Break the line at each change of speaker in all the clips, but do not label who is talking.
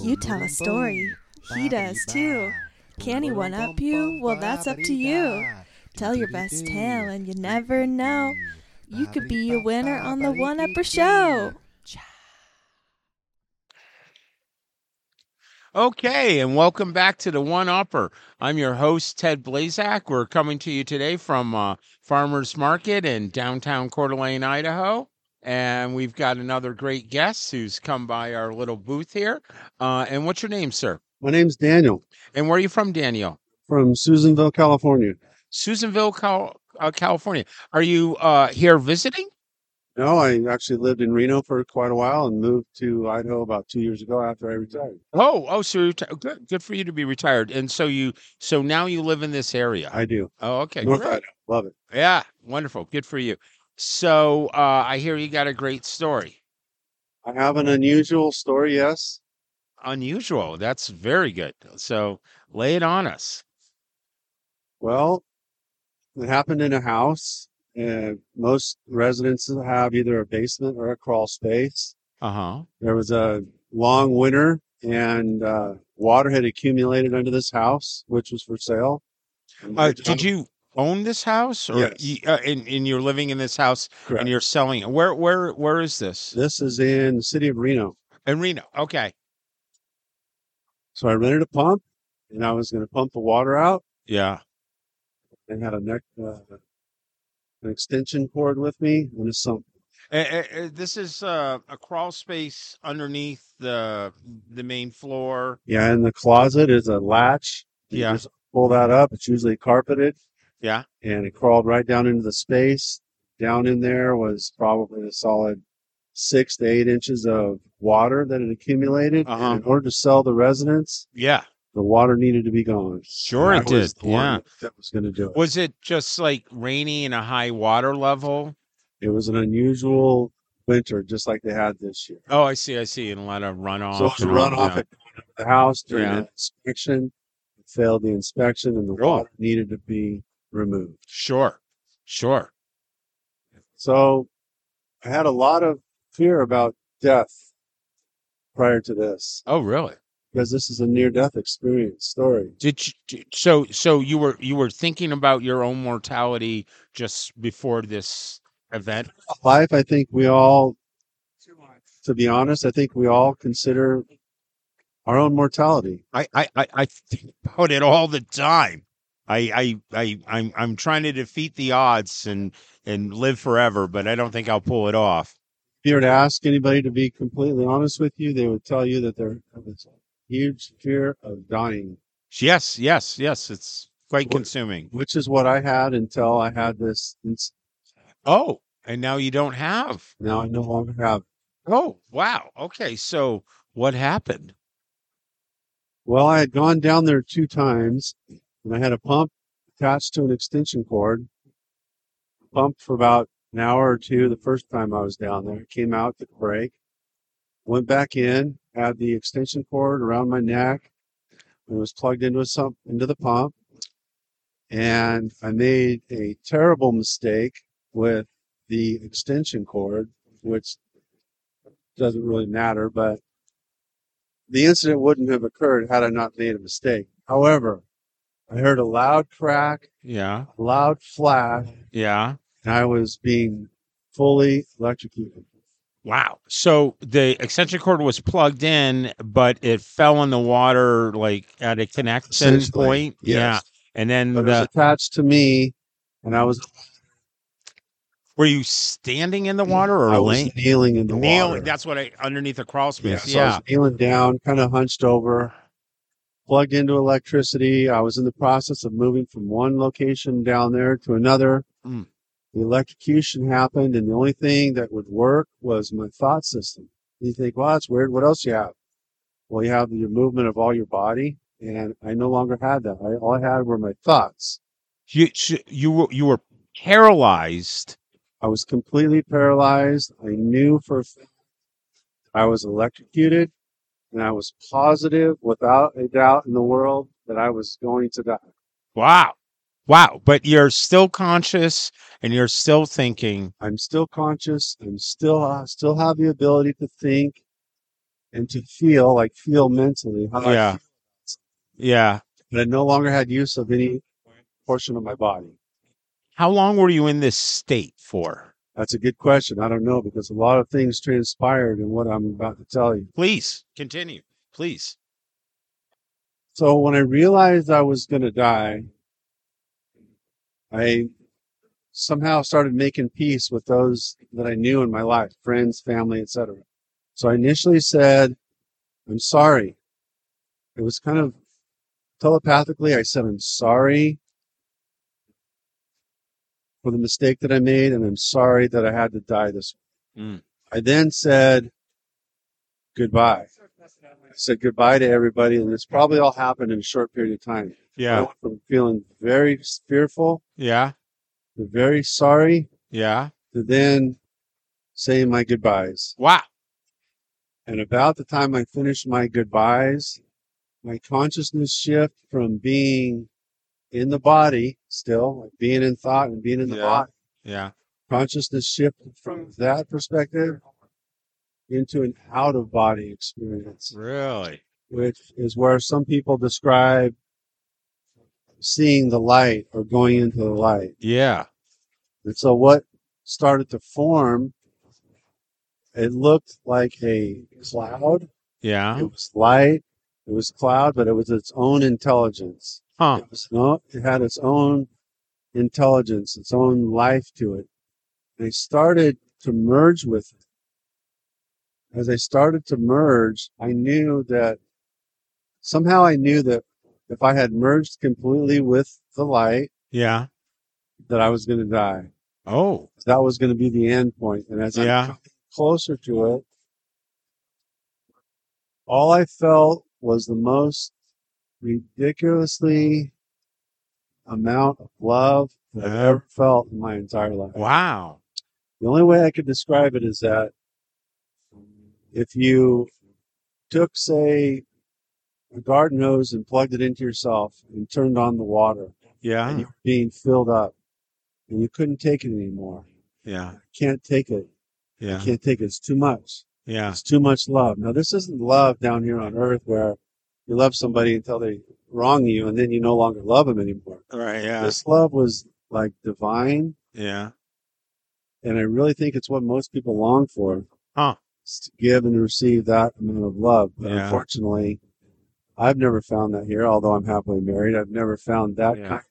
You tell a story. He does too. Can he one up you? Well, that's up to you. Tell your best tale, and you never know. You could be a winner on the One Upper Show.
Okay, and welcome back to the One Upper. I'm your host Ted Blazak. We're coming to you today from uh, Farmers Market in downtown Coeur d'Alene, Idaho, and we've got another great guest who's come by our little booth here. Uh, and what's your name, sir?
My name's Daniel
And where are you from, Daniel?
from Susanville, California.
Susanville, Cal- uh, California. Are you uh, here visiting?
No, I actually lived in Reno for quite a while and moved to Idaho about two years ago after I retired.
Oh, oh, so you're reti- good. Good for you to be retired. And so you, so now you live in this area.
I do.
oh, okay,
North
great.
Idaho. Love it.
Yeah, wonderful. Good for you. So uh, I hear you got a great story.
I have an unusual story, yes.
Unusual. That's very good. So lay it on us.
Well, it happened in a house. Uh, most residences have either a basement or a crawl space.
Uh huh.
there was a long winter and uh, water had accumulated under this house which was for sale And
Uh,
we're trying
did
to-
you own this house, or
Yes.
you, uh, and, and you're living in this house
Correct.
and you're selling it? Where, where, where is this?
this is in the city of reno
In Reno. Okay.
so i rented a pump and i was going to pump the water out
Yeah.
and had a neck uh, an extension cord with me and a sump
Eh, eh, eh, this is uh, a crawl space underneath the the main floor.
yeah in the closet is a latch You
Yeah.
just pull that up it's usually carpeted
Yeah.
and it crawled right down into the space. Down in there was probably a solid six to eight inches of water that had accumulated. And
Uh-huh.
in order to sell the residents,
Yeah.
the water needed to be gone.
Sure
And
it
I was
did,
the one
yeah.
that was going to do it.
Was it just like rainy and a high water level?
It was an unusual winter, just like they had this year.
Oh, I see. I see. And a lot of runoff.
so it was a
and all-
runoff
yeah.
at the house during
Yeah.
an inspection. It failed the inspection, and the
Really?
water needed to be removed.
Sure. Sure.
So I had a lot of fear about death prior to this
Oh, really?
because this is a near death experience story.
Did you, d- so? So you were you were thinking about your own mortality just before this event?
Life, I think we all, to be honest, I think we all consider our own mortality.
I I I, I think about it all the time. I I I I'm I'm trying to defeat the odds and and live forever, but I don't think I'll pull it off.
If you were to ask anybody to be completely honest with you, they would tell you that there is a huge fear of dying,
Yes. Yes. Yes. It's quite
What-
consuming.
which is what I had until I had this. ins-
Oh, and now you don't have.
Now I no longer have. it.
Oh, wow. Okay. So what happened?
Well, I had gone down there two times and I had a pump attached to an extension cord. Pumped for about an hour or two the first time I was down there. Came out, took a break, went back in, had the extension cord around my neck, and was plugged into a sump into the pump. And I made a terrible mistake with the extension cord, which doesn't really matter, but the incident wouldn't have occurred had I not made a mistake. However, I heard a loud crack,
Yeah.
a loud flash,
Yeah.
and I was being fully electrocuted.
Wow. So the extension cord was plugged in, but it fell in the water like at a connection
Essentially,
point. Yeah.
yes.
And then
But it was
the,
attached to me, and I was
were you standing in the water or
I was
laying?
kneeling in the
Kneeling.
water.
That's what I underneath the crawl
yeah,
space.
so I
Yeah.
was kneeling down, kind of hunched over, plugged into electricity. I was in the process of moving from one location down there to another.
Mm.
The electrocution happened, and the only thing that would work was my thought system. You think, well, that's weird. What else you have? Well, you have the movement of all your body, and I no longer had that. I, all I had were my thoughts.
You You, you, were, you were paralyzed.
I was completely paralyzed. I knew for a fact I was electrocuted, and I was positive, without a doubt in the world, that I was going to die.
Wow. Wow. But you're still conscious and you're still thinking.
I'm still conscious. I'm still I still have the ability to think. and to feel, like feel mentally how I
Yeah.
feel.
Yeah.
But I no longer had use of any portion of my body.
How long were you in this state for?
That's a good question. I don't know because a lot of things transpired in what I'm about to tell you.
Please continue. Please.
So when I realized I was going to die, I somehow started making peace with those that I knew in my life, friends, family, etc. So I initially said, "I'm sorry." It was kind of telepathically. I said, "I'm sorry." For the mistake that I made, and I'm sorry that I had to die this way.
Mm.
I then said goodbye. I said goodbye to everybody, and this probably all happened in a short period of time. I
Yeah.
went from feeling very fearful
Yeah.
to very sorry
Yeah.
to then saying my goodbyes.
Wow.
And about the time I finished my goodbyes, my consciousness shift from being in the body still, like being in thought and being in the
Yeah.
body,
Yeah.
consciousness shifted from that perspective into an out of body experience.
Really?
which is where some people describe seeing the light or going into the light.
Yeah.
And so what started to form, it looked like a cloud.
Yeah.
It was light. It was cloud, but it was its own intelligence.
Huh.
It was no, it had its own intelligence, its own life to it. And I started to merge with it. As I started to merge, I knew that somehow I knew that if I had merged completely with the light,
Yeah.
that I was going to die.
Oh.
That was going to be the end point. And as I'm
Yeah.
closer to it, all I felt was the most ridiculously amount of love that I've
Yeah.
ever felt in my entire life.
Wow.
The only way I could describe it is that if you took, say, a garden hose and plugged it into yourself and turned on the water and
Yeah.
you were being filled up and you couldn't take it anymore.
Yeah.
Can't take it.
Yeah.
Can't take it. It's too much.
Yeah.
It's too much love. Now, this isn't love down here on earth where you love somebody until they wrong you and then you no longer love them anymore.
Right. Yeah.
This love was like divine
Yeah.
and I really think it's what most people long for.
Huh.
Is to give and receive that amount of love. But
Yeah.
unfortunately, I've never found that here, although I'm happily married. I've never found that
Yeah.
kind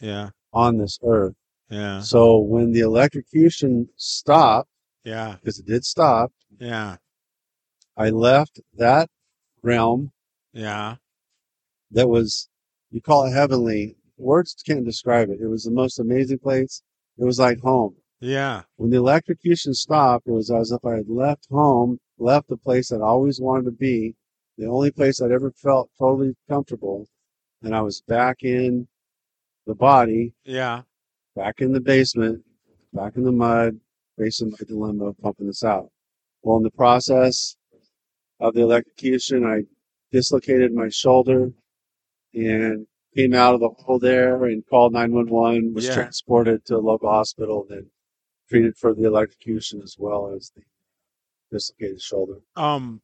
Yeah.
on this earth.
Yeah.
So when the electrocution stopped,
Yeah.
because it did stop,
Yeah.
I left that realm
Yeah.
that was, you call it heavenly. Words can't describe it. It was the most amazing place. It was like home.
Yeah.
when the electrocution stopped, it was as if I had left home, left the place that I always wanted to be, the only place I'd ever felt totally comfortable, and I was back in the body,
Yeah.
back in the basement, back in the mud, facing my dilemma of pumping this out. Well, in the process of the electrocution, I dislocated my shoulder and came out of the hole there and called 911, was
Yeah.
transported to a local hospital, then treated for the electrocution as well as the dislocated shoulder.
Um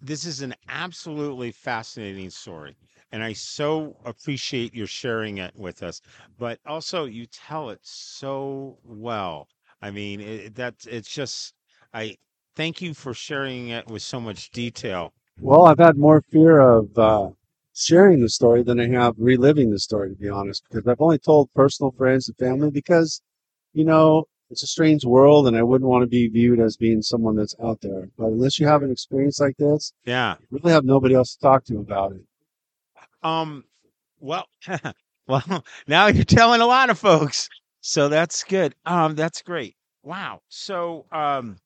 this is an absolutely fascinating story and I so appreciate your sharing it with us but also you tell it so well. I mean it, that it's just I thank you for sharing it with so much detail.
Well, I've had more fear of uh, sharing the story than I have reliving the story, to be honest, because I've only told personal friends and family because, you know, it's a strange world and I wouldn't want to be viewed as being someone that's out there. But unless you have an experience like this,
Yeah.
you really have nobody else to talk to about it.
Um well well now you're telling a lot of folks. So that's good. Um that's great. Wow. So um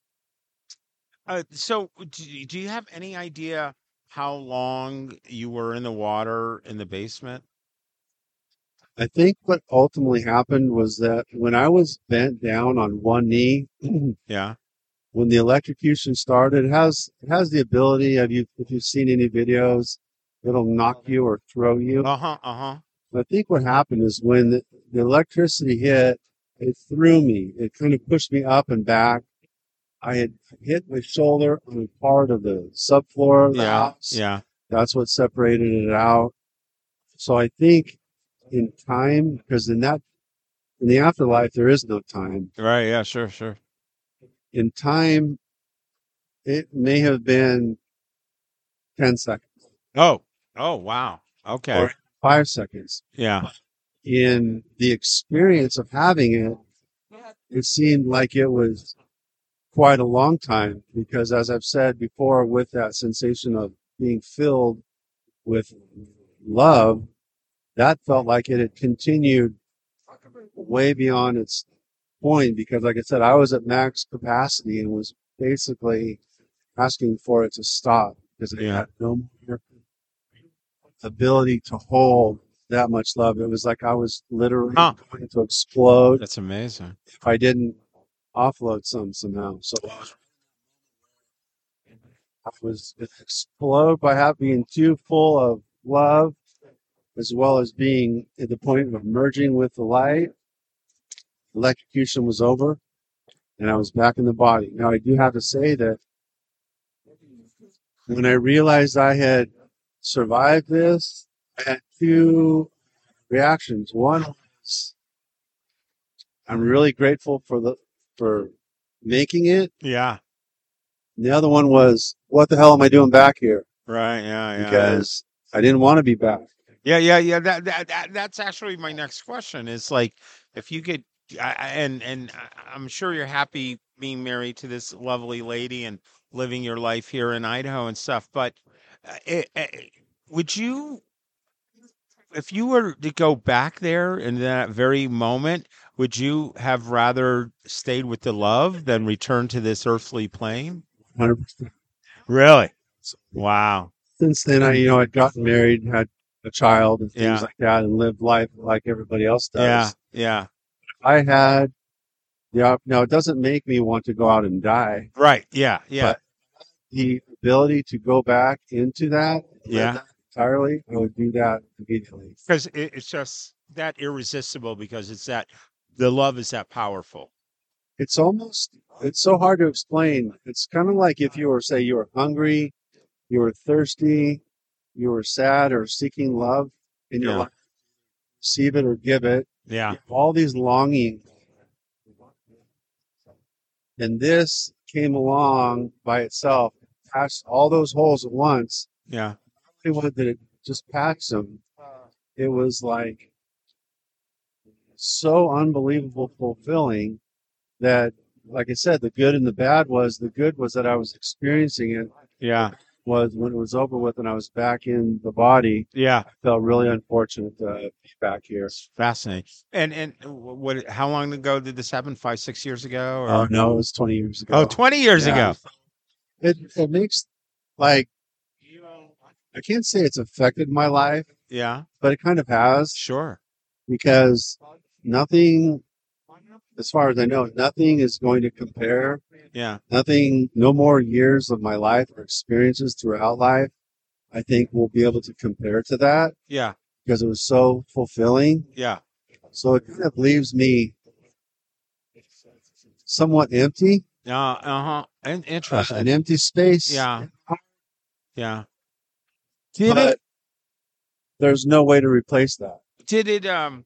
Uh, so, do, you- do you have any idea how long you were in the water in the basement?
I think what ultimately happened was that when I was bent down on one knee,
Yeah.
when the electrocution started, it has it has the ability of you if you've seen any videos, it'll knock you or throw you.
Uh huh. Uh huh.
I think what happened is when the, the electricity hit, it threw me. It kind of pushed me up and back, I had hit my shoulder on a part of the subfloor of the
yeah,
house.
yeah.
That's what separated it out. So I think in time, because in that in the afterlife there is no time.
Right. Yeah. Sure. Sure.
In time, it may have been ten seconds,
Oh. Oh. Wow. Okay.
Or- five seconds.
yeah.
In the experience of having it, it seemed like it was quite a long time because as I've said before, with that sensation of being filled with love, that felt like it had continued way beyond its point because like I said, I was at max capacity and was basically asking for it to stop because I
Yeah.
had no more ability to hold that much love. It was like I was literally
Huh.
going to explode
That's amazing.
if I didn't offload some somehow. So I was, I was explode by having being too full of love, as well as being at the point of merging with the light. Electrocution was over, and I was back in the body. Now I do have to say that when I realized I had survived this, I had two reactions. One was I'm really grateful for the for making it.
Yeah.
And the other one was, what the hell am I doing back here?
Right. Yeah. Yeah.
Because I didn't want to be back.
Yeah, yeah, yeah. That, that that that's actually my next question. Is like, if you could, I, I- and and I- I'm sure you're happy being married to this lovely lady and living your life here in Idaho and stuff. But uh, it, it, would you, if you were to go back there in that very moment, would you have rather stayed with the love than returned to this earthly plane?
100%.
Really? Wow.
Since then, I you know I'd gotten married, and had a child, and things
Yeah.
like that, and lived life like everybody else does.
Yeah. Yeah.
I had the op- now it doesn't make me want to go out and die.
Right. Yeah. Yeah.
But- The ability to go back into that, live
Yeah.
that entirely, I would do that immediately.
because it, it's just that irresistible because it's that the love is that powerful
it's almost it's so hard to explain it's kind of like if you were say you were hungry you were thirsty you were sad or seeking love in your
Yeah.
life receive it or give it
yeah
you have all these longings and this came along by itself patched all those holes at once
yeah
it wasn't that it just patched them it was like so unbelievable fulfilling that like i said the good and the bad was the good was that i was experiencing it
yeah
was when it was over with and i was back in the body
yeah
i felt really unfortunate to be back here
fascinating and and wh- what how long ago did this happen five six years ago or
oh no it was 20 years ago
Oh, 20 years
Yeah.
ago
it, it makes like i can't say it's affected my life
yeah
but it kind of has
sure
because nothing as far as i know nothing is going to compare
yeah
nothing, no more years of my life or experiences throughout life, I think will be able to compare to that
yeah
because it was so fulfilling.
yeah
So it kind of leaves me somewhat empty,
uh, uh-huh In-
uh,
interesting
an empty space.
yeah yeah did it
But there's no way to replace that.
did it um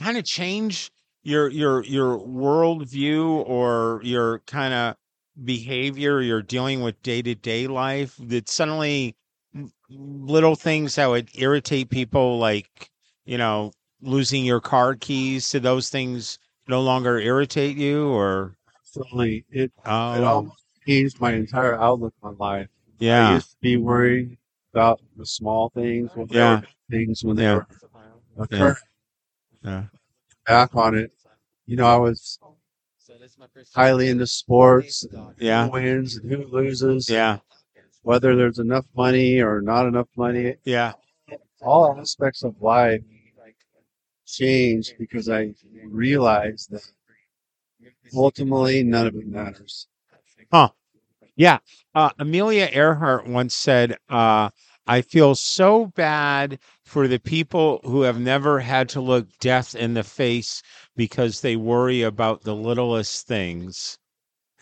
kind of change your your your worldview or your kind of behavior you're dealing with day to day life? Did suddenly m- little things that would irritate people, like you know losing your car keys, to those things no longer irritate you, or
Absolutely. It, it
oh
almost changed my entire outlook on life. I
yeah
used to be worried about the small things, when they
Yeah.
were things when they
Yeah.
were
Yeah.
occurring.
yeah
Back on it, you know, I was highly into sports, and
Yeah.
who wins and who loses,
yeah
whether there's enough money or not enough money.
yeah
All aspects of life changed because I realized that ultimately none of it matters.
Yeah. Uh, Amelia Earhart once said, uh, I feel so bad for the people who have never had to look death in the face because they worry about the littlest things.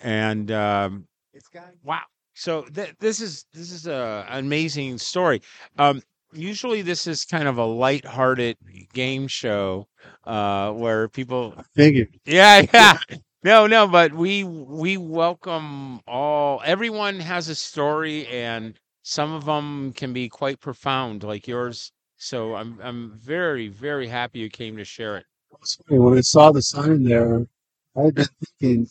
and um,
It's got
wow. So th- this is this is a an amazing story. Um, usually this is kind of a light-hearted game show uh, where people
Figured.
yeah, yeah. No, no, but we we welcome all. Everyone has a story, and some of them can be quite profound, like yours. So I'm I'm very very happy you came to share it.
It's funny, when I saw the sign there, I had been thinking,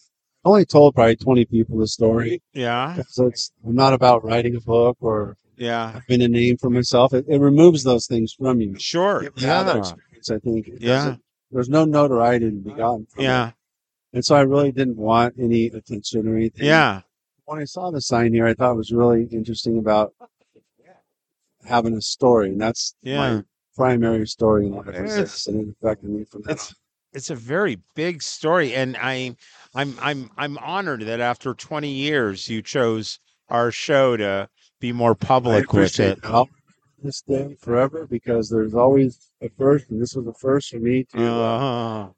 I only told probably 20 people the story.
Yeah,
'cause it's, I'm not about writing a book or
yeah,
having a name for myself. It, it removes those things from you.
sure,
Yeah, that
yeah,
experience, I think. It
Yeah.
doesn't- There's no notoriety to be gotten from it.
yeah,
And so I really didn't want any attention or anything.
yeah,
When I saw the sign here, I thought it was really interesting about having a story. And that's
Yeah.
my primary story in life.
Okay.
is this, And it affected me from that.
It's- it's a very big story, and I I'm I'm I'm honored that after 20 years you chose our show to be more
on. I
public with
appreciate
it.
it. I'll remember this day forever because there's always a first. And this was the first for me to uh,
Uh,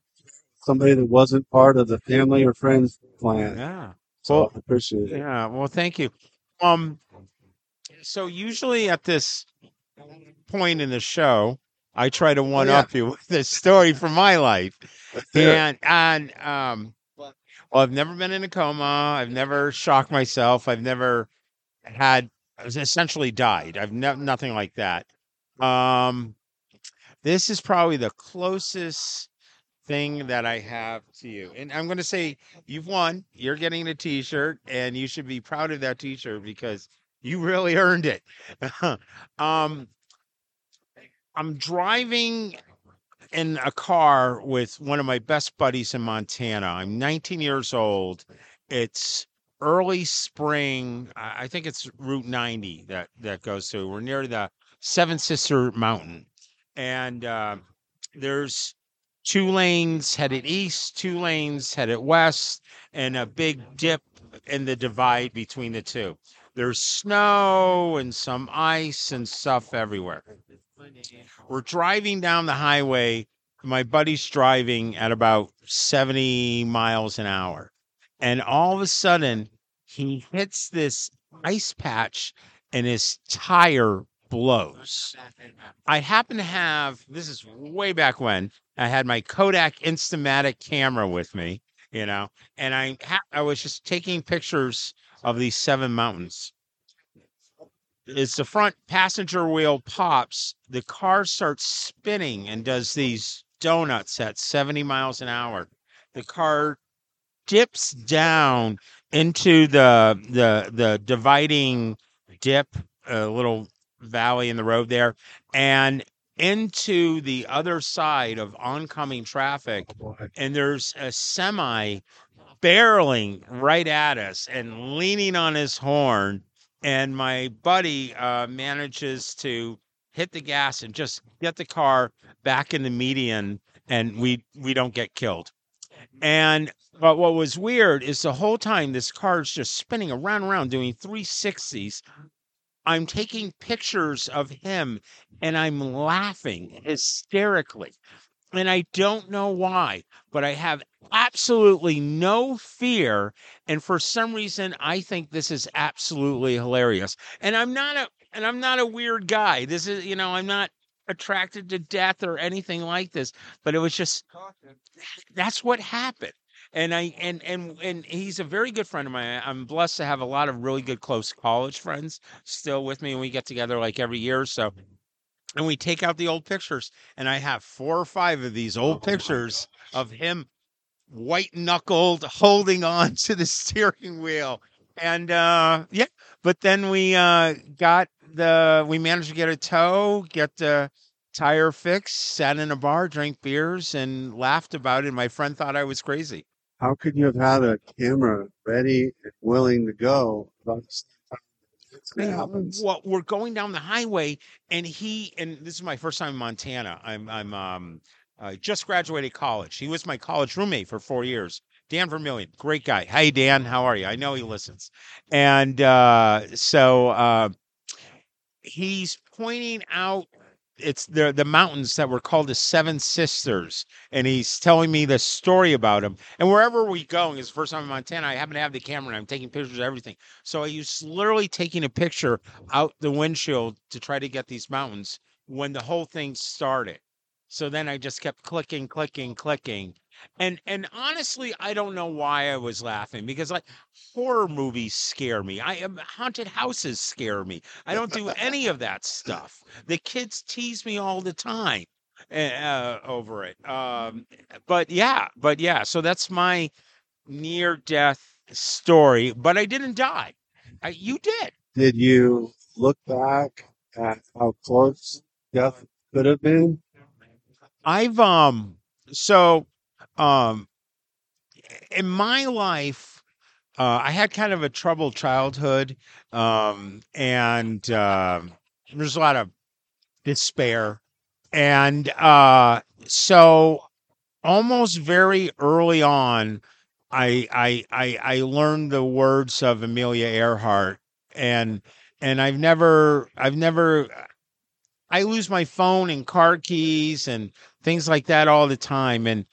somebody that wasn't part of the family or friends plan.
yeah.
So
Well,
I appreciate it.
Yeah, well, thank you. Um, so usually at this point in the show, I try to one up you with a story from my life,
hear it.
and and um, well, I've never been in a coma. I've never shocked myself. I've never had I was essentially died. I've never nothing like that. Um, this is probably the closest thing that I have to you, and I'm going to say you've won. You're getting a T-shirt, and you should be proud of that T-shirt because you really earned it. um, I'm driving in a car with one of my best buddies in Montana. I'm 19 years old. It's early spring. I I think it's Route 90 that that goes to. We're near the Seven Sister Mountain, and uh, there's two lanes headed east, two lanes headed west, and a big dip in the divide between the two. There's snow and some ice and stuff everywhere. We're driving down the highway. My buddy's driving at about 70 miles an hour. And all of a sudden, he hits this ice patch and his tire blows. I happen to have this is way back when I had my Kodak Instamatic camera with me, you know, and I ha- I was just taking pictures of these seven mountains. As the front passenger wheel pops, the car starts spinning and does these donuts at 70 miles an hour. The car dips down into the the the dividing dip, a little valley in the road there, and into the other side of oncoming traffic and there's a semi barreling right at us and leaning on his horn and my buddy uh, manages to hit the gas and just get the car back in the median and we we don't get killed and but what was weird is the whole time this car is just spinning around and around doing 360s i'm taking pictures of him and i'm laughing hysterically and i don't know why but i have absolutely no fear and for some reason i think this is absolutely hilarious and i'm not a and i'm not a weird guy this is you know i'm not attracted to death or anything like this but it was just that's what happened and i and and and he's a very good friend of mine i'm blessed to have a lot of really good close college friends still with me and we get together like every year or so and we take out the old pictures and i have four or five of these old pictures of him white knuckled holding on to the steering wheel and uh yeah but then we uh got the we managed to get a tow get the tire fixed sat in a bar drank beers and laughed about it my friend thought i was crazy
How could you have had a camera ready and willing to go about this time? It happens.
Well, we're going down the highway, and he and this is my first time in Montana. I'm I'm um I just graduated college. He was my college roommate for four years. Dan Vermillion, great guy. Hey Dan, how are you? I know he listens. And uh, so uh, he's pointing out it's the the mountains that were called the Seven Sisters, and he's telling me the story about them. And wherever we go, and it's the first time in Montana, I happen to have the camera, and I'm taking pictures of everything. So I was literally taking a picture out the windshield to try to get these mountains when the whole thing started. So then I just kept clicking, clicking, clicking, and and honestly, I don't know why I was laughing because like horror movies scare me. I am haunted houses scare me. I don't do any of that stuff. The kids tease me all the time uh, over it. Um, but yeah, but yeah. So that's my near death story. But I didn't die. I, you did.
Did you look back at how close death could have been?
I've um so um in my life uh, i had kind of a troubled childhood um and uh, there's a lot of despair and uh so almost very early on i i i, I learned the words of amelia earhart and and i've never i've never i lose my phone and car keys and things like that all the time and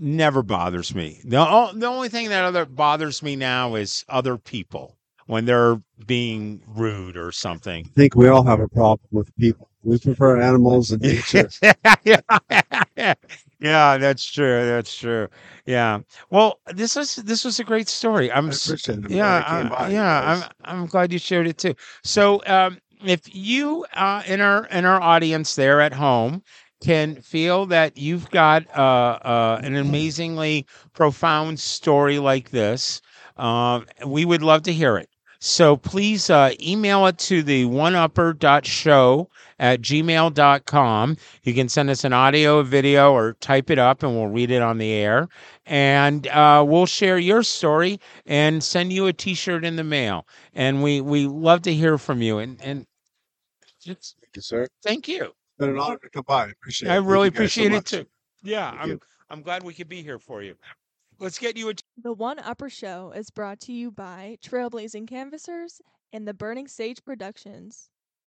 never bothers me. The, o- the only thing that other bothers me now is other people when they're being rude or something.
I think we all have a problem with people. We prefer animals and nature.
yeah, that's true. That's true. Yeah. Well, this was this was a great story. I'm
I
s-
appreciate it. I'm
yeah,
glad I came
uh,
by, you guys.
yeah, I'm I'm glad you shared it too. So, um if you uh in our in our audience there at home can feel that you've got uh, uh an amazingly profound story like this, um we would love to hear it. So please uh, email it to the oneupper.show at gmail.com. You can send us an audio, a video, or type it up and we'll read it on the air. And uh, we'll share your story and send you a t shirt in the mail. And we, we love to hear from you. And, and just
Thank you, sir. It's
thank you.
been an honor to come by. I appreciate
I
it. Thank
really
you guys so
appreciate it
much.
too. Yeah,
Thank
I'm,
you.
I'm glad we could be here for you. Let's get you a
The One Upper Show is brought to you by Trailblazing Canvassers and the Burning Sage Productions.